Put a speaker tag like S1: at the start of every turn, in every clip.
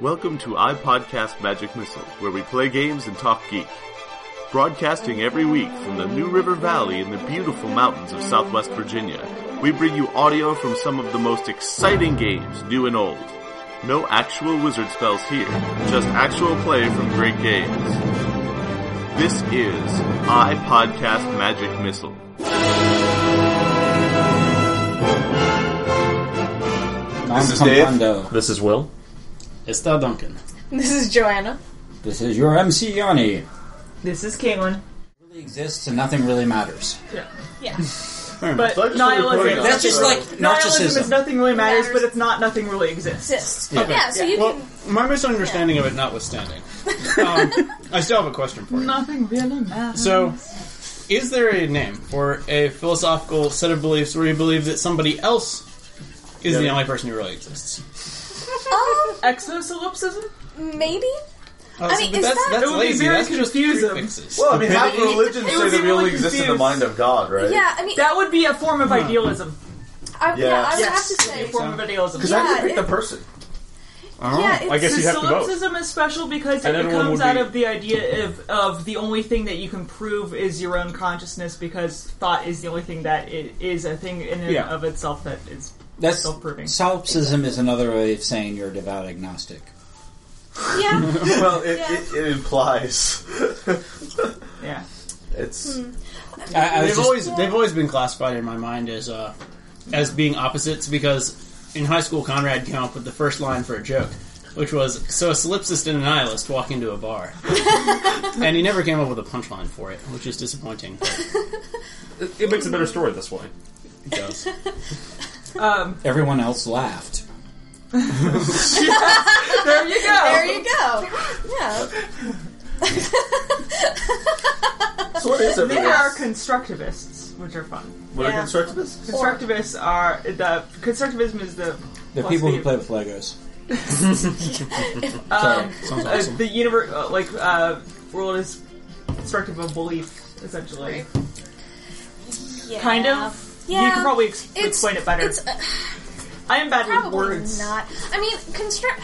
S1: Welcome to iPodcast Magic Missile, where we play games and talk geek. Broadcasting every week from the New River Valley in the beautiful mountains of Southwest Virginia, we bring you audio from some of the most exciting games, new and old. No actual wizard spells here, just actual play from great games. This is iPodcast Magic Missile.
S2: Non
S1: This is Dave.
S2: comprendo.
S3: This is Will.
S2: Está Duncan.
S4: This is Joanna.
S2: This is your MC Yanni.
S5: This is Caitlin.
S2: Really exists and nothing really matters.
S4: Yeah.
S5: But
S1: So I just recorded
S5: nihilism.
S1: that.
S2: That's just like
S5: Nihilism is
S2: narcissism.
S5: nothing really matters,
S4: Matters.
S5: but it's not nothing really exists.
S4: Sis. Yeah. so you
S6: Well,
S4: can.
S6: my misunderstanding of it notwithstanding, um, I still have a question for you.
S5: Nothing really matters.
S6: So, is there a name for a philosophical set of beliefs where you believe that somebody else is the only person who really exists?
S4: Oh,
S5: Exosolipsism?
S4: um, maybe?
S6: Oh,
S4: I mean,
S6: but
S4: is
S6: that's,
S4: that-
S6: that's
S5: It would be
S6: lazy.
S5: very
S6: that's just
S5: confusing.
S6: prefixes.
S1: Well, I mean, half
S4: It- it-
S1: religions
S4: it
S1: say
S4: was
S1: that we
S5: really
S1: only exist in the
S5: confused.
S1: mind of God, right?
S4: Yeah, I mean,
S5: That would be a form of idealism.
S4: I, yeah,
S1: Yeah.
S4: I would
S5: yes.
S4: have to say.
S5: a form of idealism.
S1: Because I
S4: Yeah,
S1: didn't pick
S4: it-
S1: the person.
S4: Yeah, it's,
S7: I guess
S5: So
S7: you have to vote.
S5: solipsism is special because it
S7: Another one
S5: comes
S7: would be-
S5: out of the idea of, of the only thing that you can prove is your own consciousness because thought is the only thing that i- is a thing in and
S6: Yeah.
S5: of itself that is
S2: That's
S5: Self-proving.
S2: solipsism is another way of saying you're a devout agnostic.
S4: yeah.
S1: Well, it,
S4: Yeah.
S1: it, it implies.
S5: yeah.
S2: I,
S1: it's.
S2: I was
S6: They've
S2: just,
S6: always they've always been classified in my mind as uh, as being opposites because in high school Conrad came up with the first line for a joke, which was so a solipsist and a nihilist walk into a bar, and he never came up with a punchline for it, which is disappointing. but
S7: It, it makes a better story this way.
S6: It does.
S2: everyone else laughed.
S5: There you go.
S4: There you go. Yeah.
S1: So what is
S5: They are
S1: everyone?
S5: constructivists, which are fun.
S1: What
S4: Yeah.
S1: are constructivists?
S5: Constructivists are the constructivism is the
S2: The
S5: Plus
S2: people
S5: the-
S2: who play with Legos.
S5: um,
S6: Sounds
S5: uh,
S6: awesome.
S5: the universe uh, like uh, world is constructive of belief essentially.
S4: Yeah.
S5: Kind of.
S4: Yeah.
S5: You could probably ex-
S4: It's-
S5: explain it better.
S4: It's uh,
S5: I am bad with
S4: probably
S5: words.
S4: not. I mean, construct.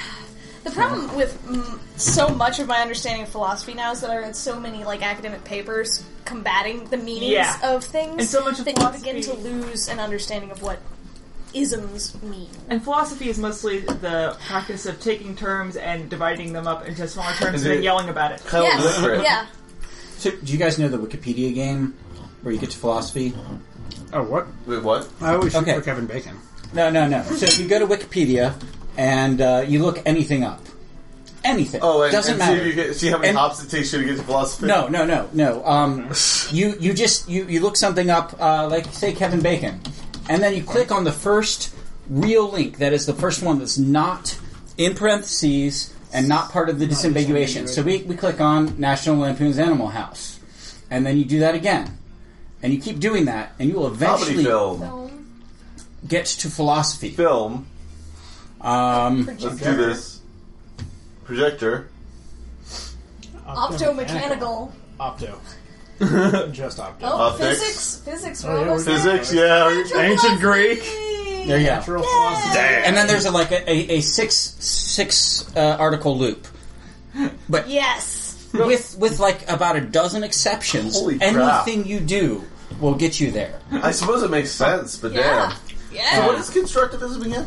S4: The problem with mm, so much of my understanding of philosophy now is that I read so many like academic papers combating the meanings
S5: Yeah.
S4: of things
S5: And so much of
S4: that you begin to
S5: philosophy-
S4: lose an understanding of what isms mean.
S5: And philosophy is mostly the practice of taking terms and dividing them up into smaller terms
S1: Is
S5: and then
S1: it-
S5: yelling about it.
S1: Kind of
S4: Yes.
S1: literate.
S4: Yeah.
S2: So, do you guys know the Wikipedia game where you get to philosophy?
S6: oh what?
S1: Wait, what?
S6: I always shoot
S2: Okay.
S6: for Kevin Bacon.
S2: No, no, no. So if you go to Wikipedia and uh, you look anything up, anything
S1: Oh, and,
S2: doesn't
S1: and
S2: matter.
S1: See, if you get, see how many
S2: And-
S1: hops it takes you to get to philosophy?
S2: No, no, no, no. Um, you you just you, you look something up, uh, like say Kevin Bacon, and then you click on the first real link. That is the first one that's not in parentheses and not part of the disambiguation. So we, we click on National Lampoon's Animal House, and then you do that again, and you keep doing that, and you will
S1: Comedy
S2: eventually
S1: film.
S2: get to philosophy.
S1: Film.
S2: Um,
S1: Let's do this. Projector.
S4: Optomechanical.
S6: Opto. just opto. Oh,
S4: Oh,
S1: Optics.
S4: physics. Physics.
S7: yeah,
S4: we're almost
S7: we're-
S4: there.
S1: Physics, yeah.
S7: Ancient Greek.
S2: there you go.
S6: Natural philosophy.
S2: And then there's a, like a, a, a six six uh, article loop.
S4: Yes.
S2: with with like about a dozen exceptions,
S1: Holy crap.
S2: anything you do will get you there.
S1: I suppose it makes sense, but
S4: Yeah.
S1: damn. What
S4: Yeah.
S1: is constructivism again?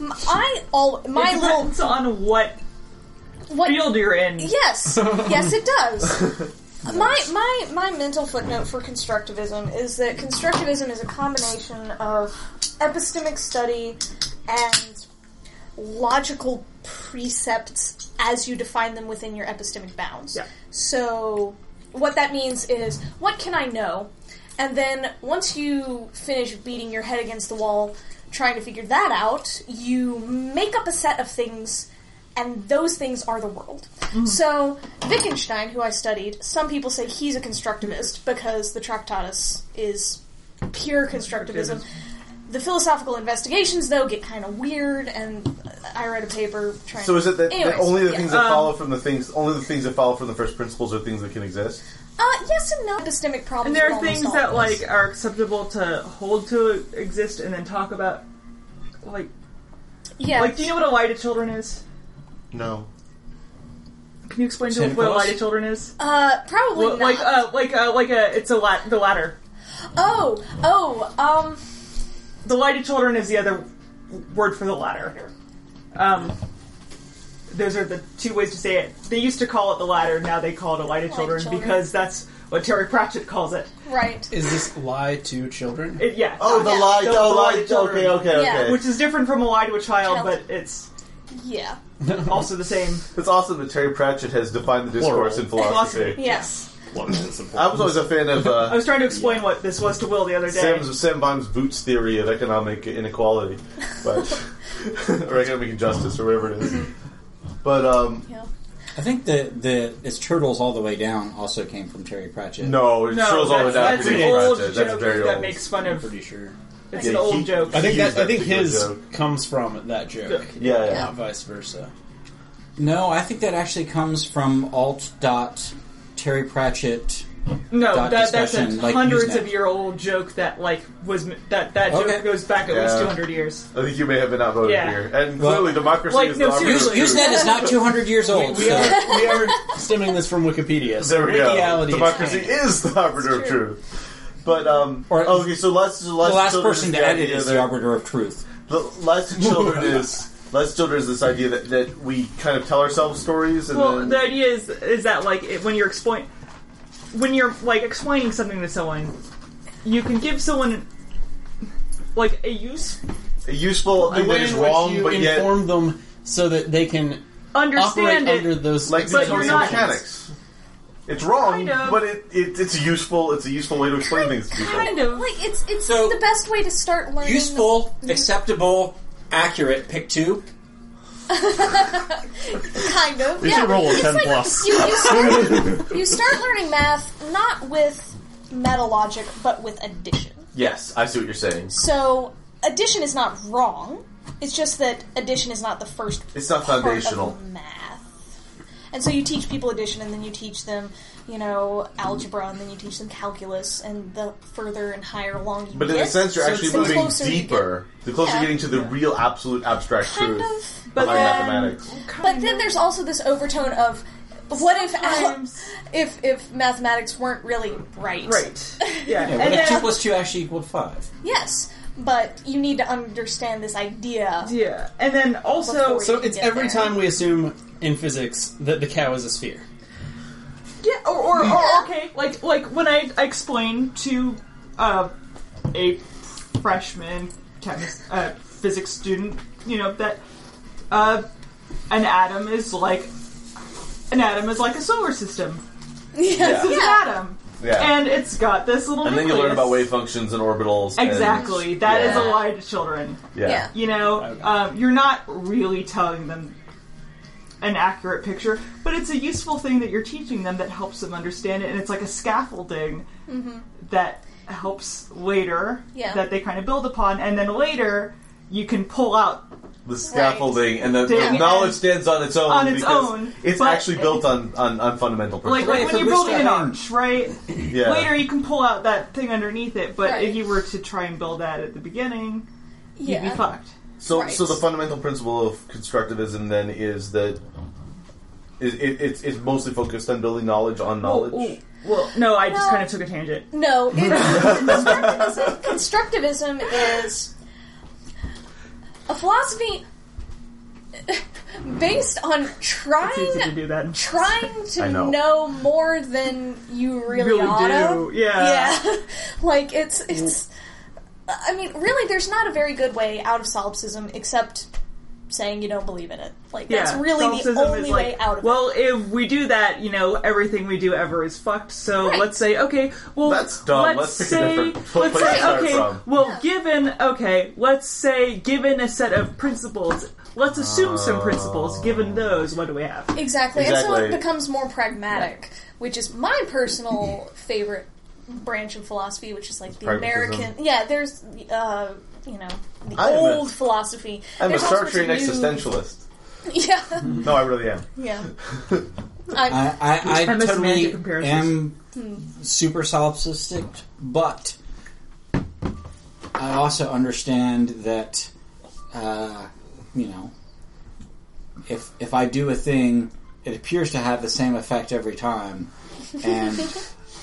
S4: M- I all my
S5: It
S4: little
S5: depends on what
S4: what.
S5: field you're in.
S4: Yes. Yes, it does. My, my my mental footnote for constructivism is that constructivism is a combination of epistemic study and logical precepts as you define them within your epistemic bounds.
S5: Yeah.
S4: So what that means is what can I know? And then once you finish beating your head against the wall trying to figure that out, you make up a set of things and those things are the world. So Wittgenstein, who I studied, some people say he's a constructivist because the Tractatus is pure constructivism. The philosophical investigations, though, get kind of weird, and I read a paper trying.
S1: So is it that, that
S4: Anyways,
S1: only the
S4: yeah.
S1: things that follow from the things only the things that follow from the first principles are things that can exist?
S4: Uh, yes and no. Epistemic problems.
S5: And there
S4: with
S5: are
S4: almost
S5: things
S4: all
S5: that
S4: of us.
S5: like are acceptable to hold to exist and then talk about. Like,
S4: yeah.
S5: like, do you know what a lie to children is?
S1: No.
S5: Can you explain to
S2: Santa
S5: us what a
S2: Claus?
S5: light of children is?
S4: Uh, probably
S5: Well,
S4: not.
S5: like, uh, like, uh, like a, it's a lat, the latter.
S4: oh, oh, um,
S5: The light of children is the other word for the latter. Um, those are the two ways to say it. They used to call it the latter, now they call it a light
S4: Light
S5: of
S4: of
S5: children,
S4: children.
S5: because that's what Terry Pratchett calls it.
S4: right.
S6: Is this lie to children?
S5: It- yeah.
S1: Oh, the
S4: Yeah.
S1: light.
S5: The-
S1: Oh,
S5: the light
S1: light. Okay,
S5: children.
S1: okay,
S4: Yeah.
S1: okay.
S5: which is different from a lie to a child,
S4: Child.
S5: but it's
S4: Yeah.
S5: also the same.
S1: It's awesome that Terry Pratchett has defined the discourse in philosophy.
S5: Philosophy.
S4: Yes.
S1: I was always a fan of
S5: I
S1: uh,
S5: was trying to explain what this was to Will the other day.
S1: Sam's, Sam Baum's Boots theory of economic inequality, but or economic injustice, or whatever it is. But um,
S4: Yeah.
S2: I think the the it's turtles all the way down also came from Terry Pratchett.
S1: no, it
S5: no,
S1: chills all the way
S5: that's,
S1: down.
S5: that's
S1: to
S5: an
S1: Terry
S5: old
S1: Pratchett.
S5: joke
S1: That's very
S5: that
S1: old.
S5: makes fun
S6: I'm
S5: of.
S6: pretty sure.
S5: It's
S1: Yeah,
S5: an old
S1: he-
S5: joke.
S6: I think
S1: He
S6: that,
S1: used
S6: I
S1: that
S6: think
S1: particular
S6: his
S1: joke.
S6: comes from that joke,
S1: yeah, yeah.
S6: not vice versa.
S2: No, I think that actually comes from alt dot Terry Pratchett.
S5: No,
S2: dot
S5: that, that's a
S2: discussion, like
S5: hundreds of
S2: Usenet.
S5: year old joke that like was m- that that
S2: Okay.
S5: joke goes back at least
S1: Yeah.
S5: two hundred years.
S1: I think you may have been outvoted
S5: Yeah.
S1: here, and
S2: Well-
S1: clearly democracy
S5: Like,
S1: is
S5: no,
S1: the arbiter
S5: seriously,
S1: of truth.
S5: use
S2: Usenet is not 200 years old.
S6: We
S2: so-
S6: are we are stemming this from Wikipedia. So
S1: There we go.
S6: reality is
S1: Democracy
S6: changed.
S1: is the arbiter of
S4: It's true.
S1: truth. But um,
S2: Or-
S1: okay, so let's the
S2: the last person to
S1: the
S2: add it
S1: idea
S2: is
S1: that-
S2: the arbiter of truth.
S1: The last children is last children is this idea that, that we kind of tell ourselves stories and
S5: Well,
S1: then
S5: the idea is is that like it, when you're explain when you're like explaining something to someone, you can give someone like a use
S1: a useful
S6: the
S1: thing that
S6: way
S1: is
S6: in which
S1: wrong,
S6: you
S1: but yet
S6: inform them so that they can
S5: understand
S6: operate
S5: it.
S6: under those
S1: like
S5: but
S1: digital
S5: you're not-
S1: mechanics. It's wrong,
S5: Kind of.
S1: but it, it it's a useful. It's a useful way to explain things to people.
S5: Kind of.
S4: Like it's it's
S2: So-
S4: the best way to start learning.
S2: Useful, acceptable, accurate. Pick two.
S4: Kind of.
S7: You
S4: yeah.
S7: should roll a
S4: it's
S7: 10
S4: like
S7: plus.
S4: You, you, start, you start learning math not with meta logic, but with addition.
S1: Yes, I see what you're saying.
S4: So addition is not wrong. It's just that addition is not the first.
S1: It's not
S4: part of
S1: foundational.
S4: math, and so you teach people addition, and then you teach them, you know, algebra, and then you teach them calculus, and the further and higher along you
S1: But in
S4: get,
S1: a sense, you're
S4: so
S1: actually
S4: the
S1: moving
S4: closer you
S1: deeper. The closer
S4: Yeah.
S1: you're getting to the real, absolute, abstract
S4: Kind
S1: truth
S4: of.
S5: But
S1: behind
S5: then-
S1: mathematics.
S4: get. But then there's also this overtone of. What if al-
S5: Sometimes.
S4: if if mathematics weren't really right?
S5: right. Yeah,
S2: Yeah,
S5: and uh,
S2: what if two
S5: then,
S2: plus two actually equaled five?
S4: Yes, but you need to understand this idea.
S5: yeah, and then also
S4: Before
S6: So it's
S4: Get
S6: every
S4: there.
S6: time we assume in physics that the cow is a sphere.
S5: Yeah, or, or, or okay, like like when I, I explain to uh, a freshman chemist, uh, physics student, you know that uh, an atom is like an atom is like a solar system.
S4: Yes.
S5: It's
S1: Yeah.
S5: an atom,
S1: Yeah.
S5: and it's got this little.
S1: And then you learn
S5: nucleus.
S1: about wave functions and orbitals. and-
S5: Exactly, that is a
S1: Yeah.
S5: lie to children.
S1: Yeah.
S4: Yeah.
S5: You know, um, you're not really telling them an accurate picture, but it's a useful thing that you're teaching them that helps them understand it, and it's like a scaffolding that helps later
S4: Mm-hmm. Yeah.
S5: that they kind of build upon, and then later you can pull out
S1: the scaffolding and the, the
S5: Dang.
S1: knowledge stands on its own
S5: On its
S1: because
S5: own,
S1: it's
S5: but-
S1: actually built on, on, on fundamental
S5: like,
S1: principles.
S5: like
S2: Right,
S5: when
S2: so
S5: you're
S2: this
S5: building an
S2: guy-
S5: arch, right?
S1: yeah.
S5: Later you can pull out that thing underneath it, but
S4: Right.
S5: if you were to try and build that at the beginning, you'd be
S4: Yeah.
S5: fucked.
S1: so
S4: right.
S1: so the fundamental principle of constructivism then is that it, it, it's it's mostly focused on building knowledge on knowledge.
S5: Well, well, no, I just
S4: Well-
S5: kind of took a tangent.
S4: No, it's constructivism, constructivism is a philosophy based on
S5: It's easy to
S4: trying
S5: do that.
S4: trying to
S1: I know.
S4: know. more than you really,
S5: Really
S4: ought to.
S5: do, yeah. Mm.
S4: yeah. like it's it's. I mean, really, there's not a very good way out of solipsism except saying you don't believe in it. Like that's really the
S5: solipsism
S4: only
S5: is like,
S4: way out of it.
S5: Well, if we do that, you know, everything we do ever is fucked. So
S4: Right.
S5: let's say, okay, well,
S1: That's dumb.
S5: Let's,
S1: Let's pick a
S5: say,
S1: different
S5: let's
S1: place to
S5: say,
S1: start
S5: okay,
S1: from.
S5: well,
S4: Yeah.
S5: given, okay, let's say, given a set of principles, let's assume some principles. Given
S1: Oh.
S5: those, what do we have?
S4: Exactly. And so
S1: Exactly.
S4: it becomes more pragmatic, which is my personal favorite branch of philosophy, which is like the
S1: Pragmatism.
S4: American. Yeah, there's, uh, you know, the
S1: I am a-
S4: old philosophy.
S1: I'm a
S4: There's also
S1: Sartrean
S4: new-
S1: existentialist.
S4: Yeah,
S1: No, I really am.
S4: yeah. I'm,
S2: I, I, I
S5: I'm a semantic
S2: totally
S5: comparison.
S2: am super solipsistic, but I also understand that, uh, you know, if if I do a thing, it appears to have the same effect every time, and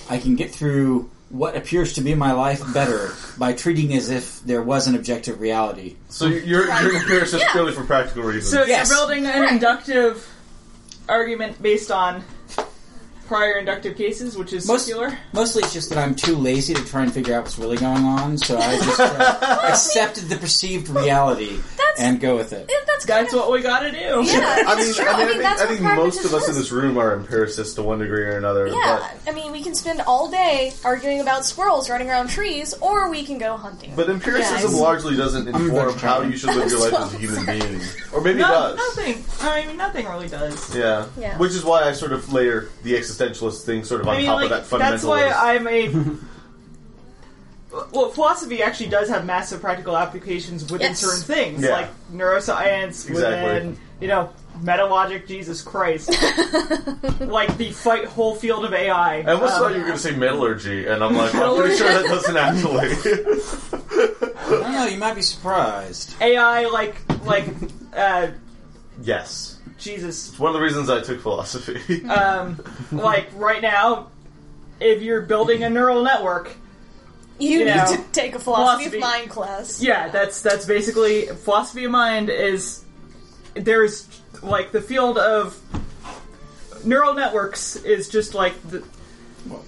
S2: I can get through what appears to be my life better by treating as if there was an objective reality.
S1: So you're you're comparing this purely for practical reasons.
S5: So
S2: Yes.
S5: you're building an inductive argument based on prior inductive cases, which is
S2: Most-
S5: circular.
S2: Mostly, it's just that I'm too lazy to try and figure out what's really going on, so I just uh, accepted the perceived reality and go with it.
S4: Yeah, that's kind
S5: That's
S4: of,
S5: what we gotta do.
S4: yeah,
S1: I mean,
S4: it's true.
S1: I mean, I think,
S4: that's
S1: I
S4: what
S1: think
S4: pragmatism
S1: most of us in
S4: is.
S1: this room are empiricists to one degree or another.
S4: Yeah, I mean, we can spend all day arguing about squirrels running around trees, or we can go hunting.
S1: But, but empiricism
S4: Yes.
S1: largely doesn't inform how
S2: vegetarian.
S1: you should live your life as a human being, or maybe it
S5: No,
S1: does.
S5: nothing. I mean, nothing really does.
S1: Yeah.
S4: Yeah.
S1: which is why I sort of layer the existentialist thing sort of on
S5: I mean,
S1: top
S5: like
S1: of that fundamental.
S5: that's why I'm a. Well, philosophy actually does have massive practical applications within
S4: Yes.
S5: certain things,
S1: Yeah.
S5: like neuroscience,
S1: Exactly.
S5: within you know metalogic Jesus Christ, like the fight whole field of AI.
S1: I almost
S5: Um,
S1: thought you were going to say metallurgy, and I'm like, I'm pretty sure that doesn't actually.
S2: I don't know. You might be surprised.
S5: AI like like uh,
S1: yes.
S5: Jesus.
S1: It's one of the reasons I took philosophy.
S5: Um, like right now, if you're building a neural network,
S4: you
S5: you
S4: need
S5: know,
S4: to take a philosophy of
S5: philosophy.
S4: mind class.
S5: yeah, that's that's basically philosophy of mind is there's like the field of neural networks is just like the,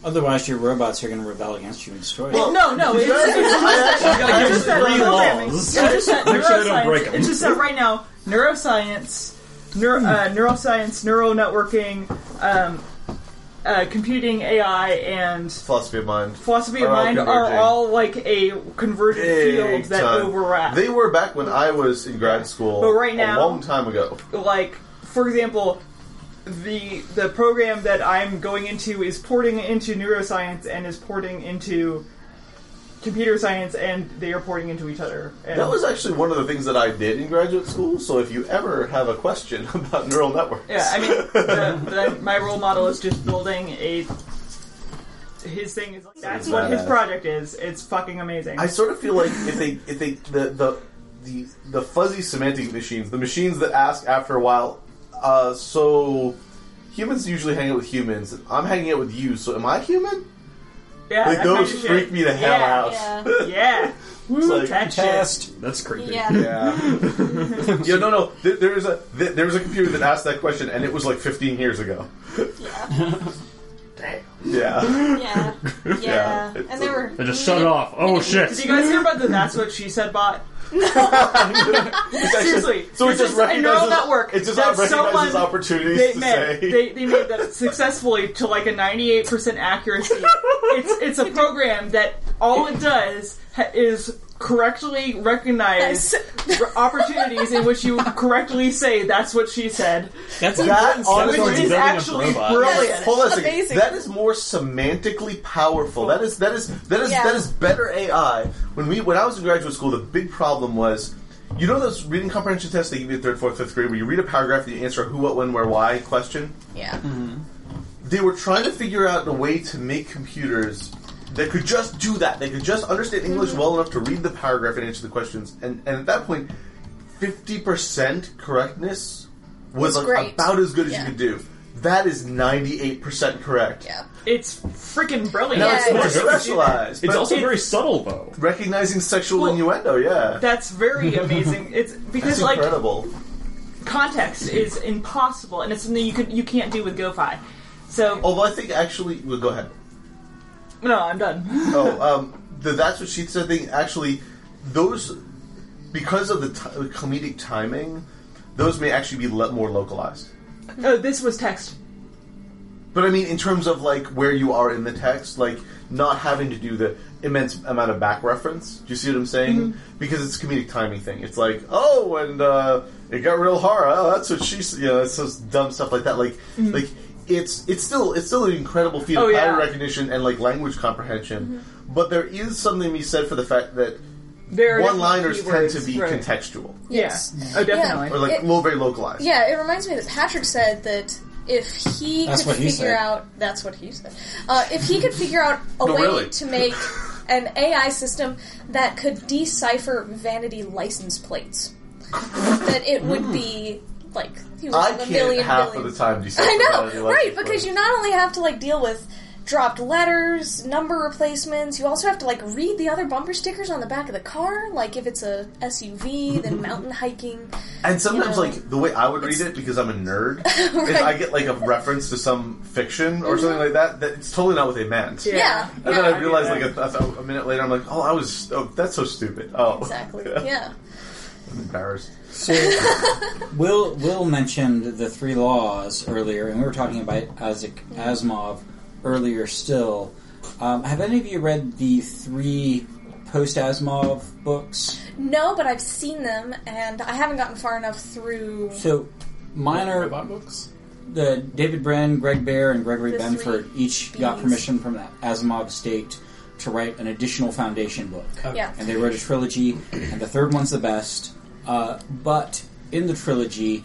S2: Otherwise, your robots are going to rebel against you and destroy you.
S1: Oh,
S5: no no it's, it's
S1: I
S5: just that
S1: actually got
S5: programming.
S1: three
S5: It's
S1: laws.
S5: just that
S7: Make sure they don't
S5: neuroscience-
S7: break 'em.
S5: It's just that right now neuroscience, neuro, uh, neuroscience, neural networking, um, uh, computing, AI, and
S1: Philosophy of mind.
S5: philosophy of
S1: Are all
S5: mind are
S1: converging.
S5: all like a convergent
S1: Big
S5: field that
S1: time.
S5: overlap.
S1: They were back when I was in grad school.
S5: But right now-
S1: a long time ago.
S5: like, for example, the the program that I'm going into is porting into neuroscience and is porting into computer science, and they are porting into each other. And
S1: That was actually one of the things that I did in graduate school. So if you ever have a question about neural networks,
S5: yeah, I mean, the, the, my role model is just building a. His thing is like, that's what his
S1: badass.
S5: project is. It's fucking amazing.
S1: I sort of feel like if they if they the the the, the fuzzy semantic machines, the machines that ask after a while, uh, so humans usually hang out with humans. I'm hanging out with you, so am I human?
S5: yeah,
S1: Like
S5: that
S1: those
S5: kind of
S1: freak
S5: shit.
S1: me the hell
S5: yeah,
S1: out.
S4: Yeah.
S5: Yeah,
S1: It's like-
S5: that shit.
S2: Test.
S7: That's creepy.
S4: Yeah.
S1: yeah. yeah, no, no. Th- there was a th- there was a computer that asked that question, and it was like 15 years ago.
S4: Yeah.
S1: Yeah,
S4: Yeah. Yeah.
S1: Yeah.
S4: And they were.
S7: I just shut off. Oh shit!
S5: Did you guys hear about the That's What She Said bot? Seriously.
S1: So it
S5: this
S1: just
S5: is a neural
S1: recognizes
S5: network.
S1: It just
S5: that
S1: recognizes
S5: someone-
S1: opportunities
S5: They
S1: to
S5: made,
S1: say.
S5: they, they made that successfully to like a 98% accuracy. it's, it's a program that all it does ha- is correctly recognize r- opportunities in which you correctly say that's what she said.
S6: That's
S1: That
S6: important stuff
S1: honestly-
S6: on
S5: Which is
S6: building up
S5: actually
S6: robots.
S5: brilliant.
S1: Hold on a second.
S4: Amazing.
S1: That is more semantically powerful. That is that is that is
S4: Yeah.
S1: that is better AI. When we when I was in graduate school, the big problem was, you know, those reading comprehension tests they give you in third, fourth, fifth grade, where you read a paragraph and you answer a who, what, when, where, why question.
S4: Yeah.
S1: They were trying to figure out a way to make computers that could just do that. They could just understand English
S4: Mm-hmm.
S1: well enough to read the paragraph and answer the questions. And and at that point, fifty percent correctness was
S4: Was
S1: like
S4: great.
S1: about as good as
S4: Yeah.
S1: you could do. That is ninety eight percent correct.
S4: Yeah.
S5: It's freaking brilliant.
S1: No, it's
S4: Yeah,
S1: more
S4: yeah.
S1: specialized.
S7: It's
S1: but
S7: also very subtle though.
S1: recognizing sexual
S5: Well,
S1: innuendo. Yeah,
S5: That's very amazing. It's because
S1: that's
S5: like
S1: incredible.
S5: context is impossible, and it's something you could you can't do with GoFi. So
S1: Although I think actually, well, go ahead.
S5: no, I'm done.
S1: Oh, um, the that's what she said thing. Actually, those because of the ti comedic timing, those may actually be le- more localized.
S5: No, Oh, this was text.
S1: But I mean, in terms of like where you are in the text, like not having to do the immense amount of back reference. Do you see what I'm saying?
S4: Mm-hmm.
S1: Because it's a comedic timing thing. It's like, oh, and uh, it got real hard. Oh, that's what she's. You know, it's just dumb stuff like that. Like,
S4: Mm-hmm.
S1: like it's it's still it's still an incredible feat of
S5: Oh, yeah.
S1: pattern recognition and like language comprehension.
S4: Mm-hmm.
S1: But there is something to be said for the fact that
S5: There are
S1: one liners tend
S5: definitely
S1: to be
S5: keywords, right.
S1: contextual
S4: Yes.
S5: Yeah. Oh, definitely.
S1: or like
S4: It-
S1: little very localized.
S4: Yeah, it reminds me that Patrick said that if he
S2: That's
S4: could
S2: what he said.
S4: figure out that's what he said. Uh, if he could figure out a
S1: No,
S4: way
S1: really.
S4: to make an AI system that could decipher vanity license plates, that it would be like he was
S1: I
S4: a
S1: can't
S4: million
S1: half
S4: billion.
S1: of the time decipher.
S4: I
S1: that
S4: know,
S1: electric
S4: right? Because
S1: button.
S4: you not only have to like deal with dropped letters, number replacements, you also have to like read the other bumper stickers on the back of the car. Like if it's a SUV, then mountain hiking.
S1: And sometimes,
S4: you know,
S1: like the way I would read it, because I'm a nerd, is I get like a reference to some fiction or something like that. That it's totally not what they meant.
S4: Mm-hmm. Yeah,
S1: And then
S4: yeah.
S1: I realized, like a, a, a minute later, I'm like, "Oh, I was. Oh, that's so stupid. Oh,
S4: exactly.
S1: Yeah.
S4: Yeah.
S1: I'm embarrassed.
S2: So, Will Will mentioned the three laws earlier, and we were talking about Isaac Asimov earlier. Still, um, have any of you read the three post Asimov books?
S4: No, but I've seen them, and I haven't gotten far enough through.
S2: So, mine are
S6: Robot books?
S2: the David Brin, Greg Bear, and Gregory
S4: The three
S2: Benford each got
S4: Bs.
S2: permission from the Asimov estate to write an additional foundation book.
S4: Yeah.
S2: and they wrote a trilogy, and the third one's the best. Uh, but in the trilogy,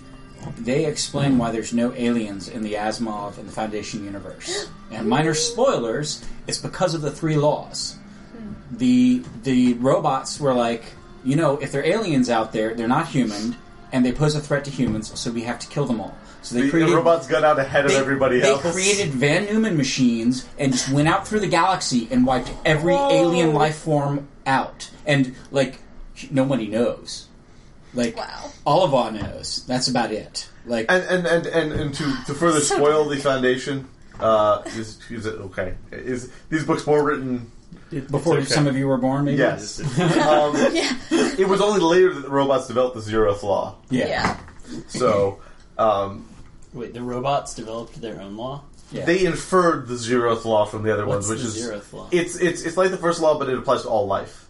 S2: they explain why there's no aliens in the Asimov and the Foundation universe. And minor spoilers, it's because of the three laws. The the robots were like, you know, if they're aliens out there, they're not human, and they pose a threat to humans, so we have to kill them all. So they
S1: The,
S2: created
S1: the robots got out ahead
S2: they,
S1: of everybody
S2: they
S1: else.
S2: created Van Neumann machines and just went out through the galaxy and wiped every alien life form out. And like nobody knows. Like
S4: Wow.
S2: Olivar knows. That's about it. Like
S1: and and and and, and to, to further
S4: So-
S1: spoil the foundation, uh, is, is it okay? Is these books more written?
S2: before
S7: It's okay.
S2: some of you were born, maybe.
S1: Yes. um,
S4: Yeah.
S1: It was only later that the robots developed the zeroth law.
S2: Yeah.
S4: Yeah.
S1: So um,
S6: Wait, the robots developed their own law?
S2: Yeah.
S1: they inferred the zeroth law from the other
S6: What's
S1: ones, which
S6: the
S1: is
S6: zeroth law?
S1: it's it's it's like the first law, but it applies to all life.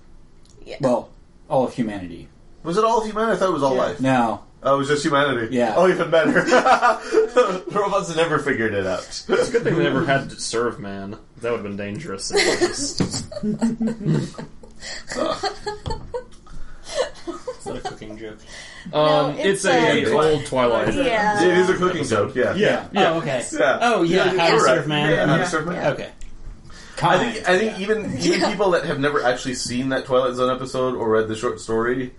S4: Yeah.
S2: well, all of humanity.
S1: Was it all of humanity? I thought it was all
S5: Yeah.
S1: life.
S2: Now
S1: Oh, it was just humanity.
S2: Yeah.
S1: Oh, even better. the robots never figured it out.
S7: It's a good thing they never had to serve man. That would have been dangerous. It was just-
S6: Is that a cooking joke?
S7: um, it's,
S4: it's a-
S7: a, old Twilight.
S4: Yeah.
S1: it is a cooking joke. Yeah.
S7: Yeah, yeah.
S6: Oh, okay.
S1: Yeah.
S6: Oh, yeah,
S1: You're
S6: how to
S1: right.
S6: serve man.
S1: Yeah, how to
S5: Yeah.
S1: serve man.
S6: Okay.
S1: I
S2: kind.
S1: think I think even even people that have never actually seen that Twilight Zone episode or read the short story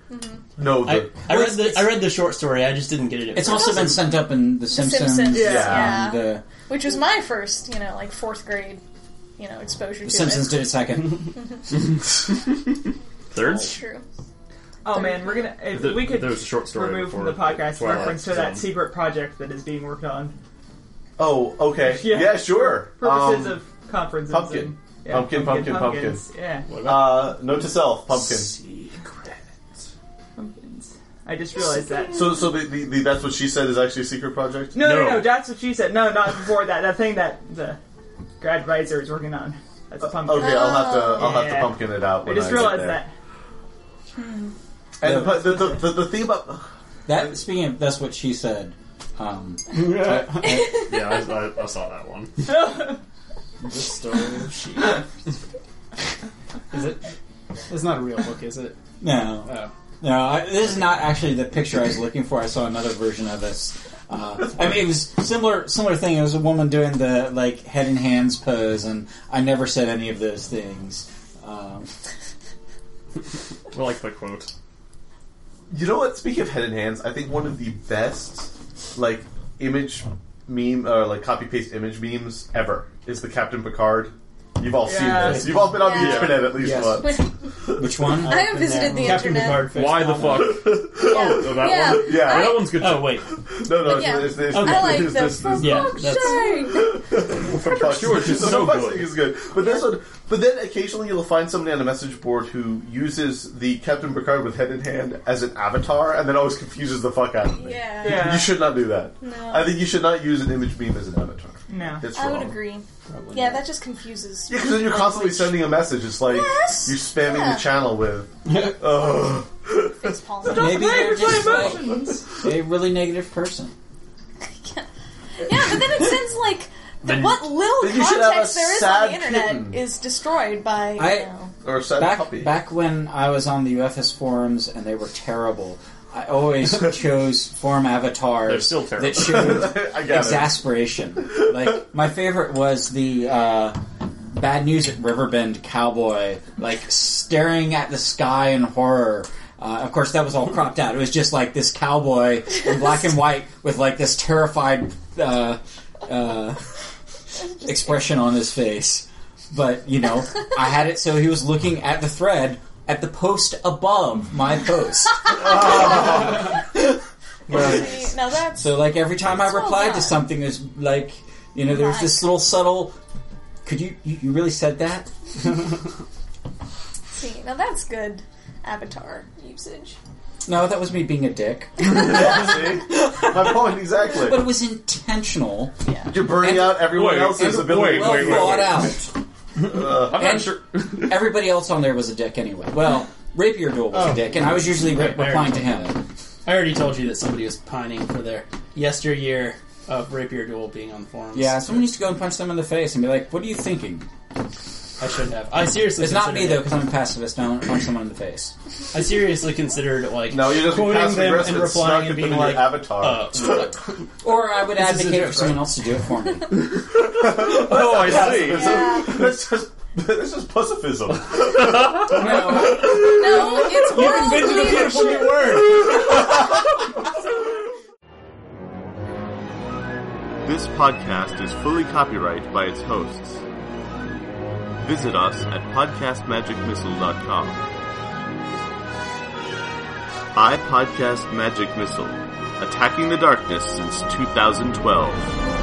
S1: know
S6: I,
S1: the
S6: I read the I read the short story. I just didn't get it. at
S2: it's
S6: first.
S2: also been sent up in The Simpsons.
S4: Simpsons.
S1: Yeah.
S4: Yeah.
S2: And, uh,
S4: Which was my first, you know, like fourth grade, you know, exposure to
S2: the Simpsons
S4: it.
S2: did it second.
S7: Third?
S4: True.
S5: Oh man, we're gonna. If
S7: The-
S5: we could
S7: there was a short story
S5: remove from the
S7: before
S5: podcast
S7: Twilight
S5: reference to
S7: Zone.
S5: that secret project that is being worked on.
S1: oh okay yeah,
S5: Yeah.
S1: sure
S5: Purposes
S1: Um,
S5: of conferences.
S1: pumpkin.
S5: and-
S1: Pumpkin, pumpkin, pumpkin.
S5: pumpkins. Yeah,
S6: What about
S1: uh, note to self pumpkin
S6: secret?
S5: pumpkins. I just realized that.
S1: so so the, the, the that's what she said is actually a secret project
S5: No, no, no,
S7: No.
S5: That's what she said. No, not before that. That thing that the grad advisor is working on. That's a pumpkin.
S1: okay I'll have to I'll have to
S5: Yeah.
S1: pumpkin it out
S5: I
S1: Oh, when
S5: just
S1: get
S5: realized
S1: there.
S5: that.
S1: and the, the, the, the, the thing about
S2: That speaking of that's what she said. Um,
S7: Yeah, I, I, I saw that one.
S6: The story of she. is it? It's not a real book, is it?
S2: no.
S6: Oh.
S2: No, I, this is not actually the picture I was looking for. I saw another version of this. Uh, I mean, it was similar similar thing. It was a woman doing the like head and hands pose, and I never said any of those things. Um,
S7: I like the quote.
S1: You know what? Speaking of head and hands, I think one of the best like image meme or like copy paste image memes ever is the Captain Picard. You've all seen
S5: Yes.
S1: this. You've all been on the
S4: Yeah.
S1: internet at least
S2: Yes.
S1: once.
S4: Which,
S2: which one?
S4: I haven't visited the
S6: Captain
S4: internet.
S6: Picard fixed
S7: Why the
S6: Tom.
S7: fuck?
S4: Oh,
S7: Oh, that
S4: yeah.
S7: one.
S1: Yeah.
S7: That one's good.
S6: Oh wait,
S1: No, no,
S4: Yeah.
S1: it's, it's, it's,
S6: Okay.
S4: I like
S1: it's,
S4: this.
S1: this.
S4: For
S1: this,
S6: Yeah,
S4: fuck's
S6: that's-
S4: sake.
S1: Sure,
S7: is so good.
S1: is good. But this one, but then occasionally you'll find somebody on a message board who uses the Captain Picard with head in hand as an avatar, and then always confuses the fuck out of me.
S4: Yeah.
S5: Yeah.
S1: You should not do that.
S4: No.
S1: I think you should not use an image meme as an avatar.
S5: No.
S1: That's
S4: I
S1: wrong.
S4: would agree. Yeah, that just confuses.
S1: Yeah, because then you're constantly sending a message. It's like
S4: Yes.
S1: you're spamming
S4: Yeah.
S1: the channel with. Ugh.
S4: It's Paul.
S2: Maybe they're
S5: Language, my
S2: just like
S5: emotions.
S2: a really negative person.
S4: Yeah, but then it sends like the, what
S1: then
S4: little
S1: you should have
S4: context
S1: a
S4: there is on
S1: sad
S4: the internet
S1: kitten.
S4: is destroyed by you
S2: I-
S4: know.
S1: or a sad puppy.
S2: Back back when I was on the UFS forums and they were terrible. I always chose form avatars
S7: They're still terrible.
S2: that showed
S1: I got
S2: exasperation. Like my favorite was the uh, bad news at Riverbend cowboy, like staring at the sky in horror Uh, of course, that was all cropped out. It was just like this cowboy in black and white with like this terrified uh, uh, expression on his face. But you know, I had it so he was looking at the thread at the post above my post.
S4: See, now that's
S2: So like every time I
S4: well
S2: replied to
S4: done.
S2: something, there's like you know there was this little subtle. Could you you, you really said that?
S4: see, now that's good avatar usage.
S2: No, that was me being a dick.
S1: See? My point exactly.
S2: But it was intentional,
S1: You're burning out everyone
S7: Wait,
S1: else's
S7: and-
S1: ability.
S2: well
S7: wait, wait,
S2: thought
S7: wait.
S2: out.
S7: I'm not
S2: And-
S7: sure.
S2: Everybody else on there was a dick anyway. Well, Rapier Duel
S6: Oh.
S2: was a dick, and I was usually re-
S6: Right, there.
S2: replying to him.
S6: I already told you that somebody was pining for their yesteryear of rapier duel being on the forums.
S2: Yeah, someone used to go and punch them in the face and be like, "What are you thinking?"
S6: I should have. I seriously
S2: It's not me
S6: considered
S2: though,
S6: it.
S2: because I'm a pacifist. and I don't punch someone in the face.
S6: I seriously considered like
S1: No, you're just
S6: quoting
S1: passive
S6: them
S1: aggressive.
S6: and
S1: It's
S6: replying
S1: not
S6: and
S1: good
S6: being
S1: to be your
S6: like
S1: avatar.
S6: Uh, what?
S2: Or I would
S6: This is a
S2: advocate
S6: joke,
S2: for someone
S6: right?
S2: else to do it for me.
S7: Oh, I see.
S4: Yeah.
S1: That's just that's just pacifism.
S2: no,
S4: No, it's world leadership.
S1: This podcast is fully copyrighted by its hosts. Visit us at podcastmagicmissile.com. I Podcast Magic Missile, attacking the darkness since 2012.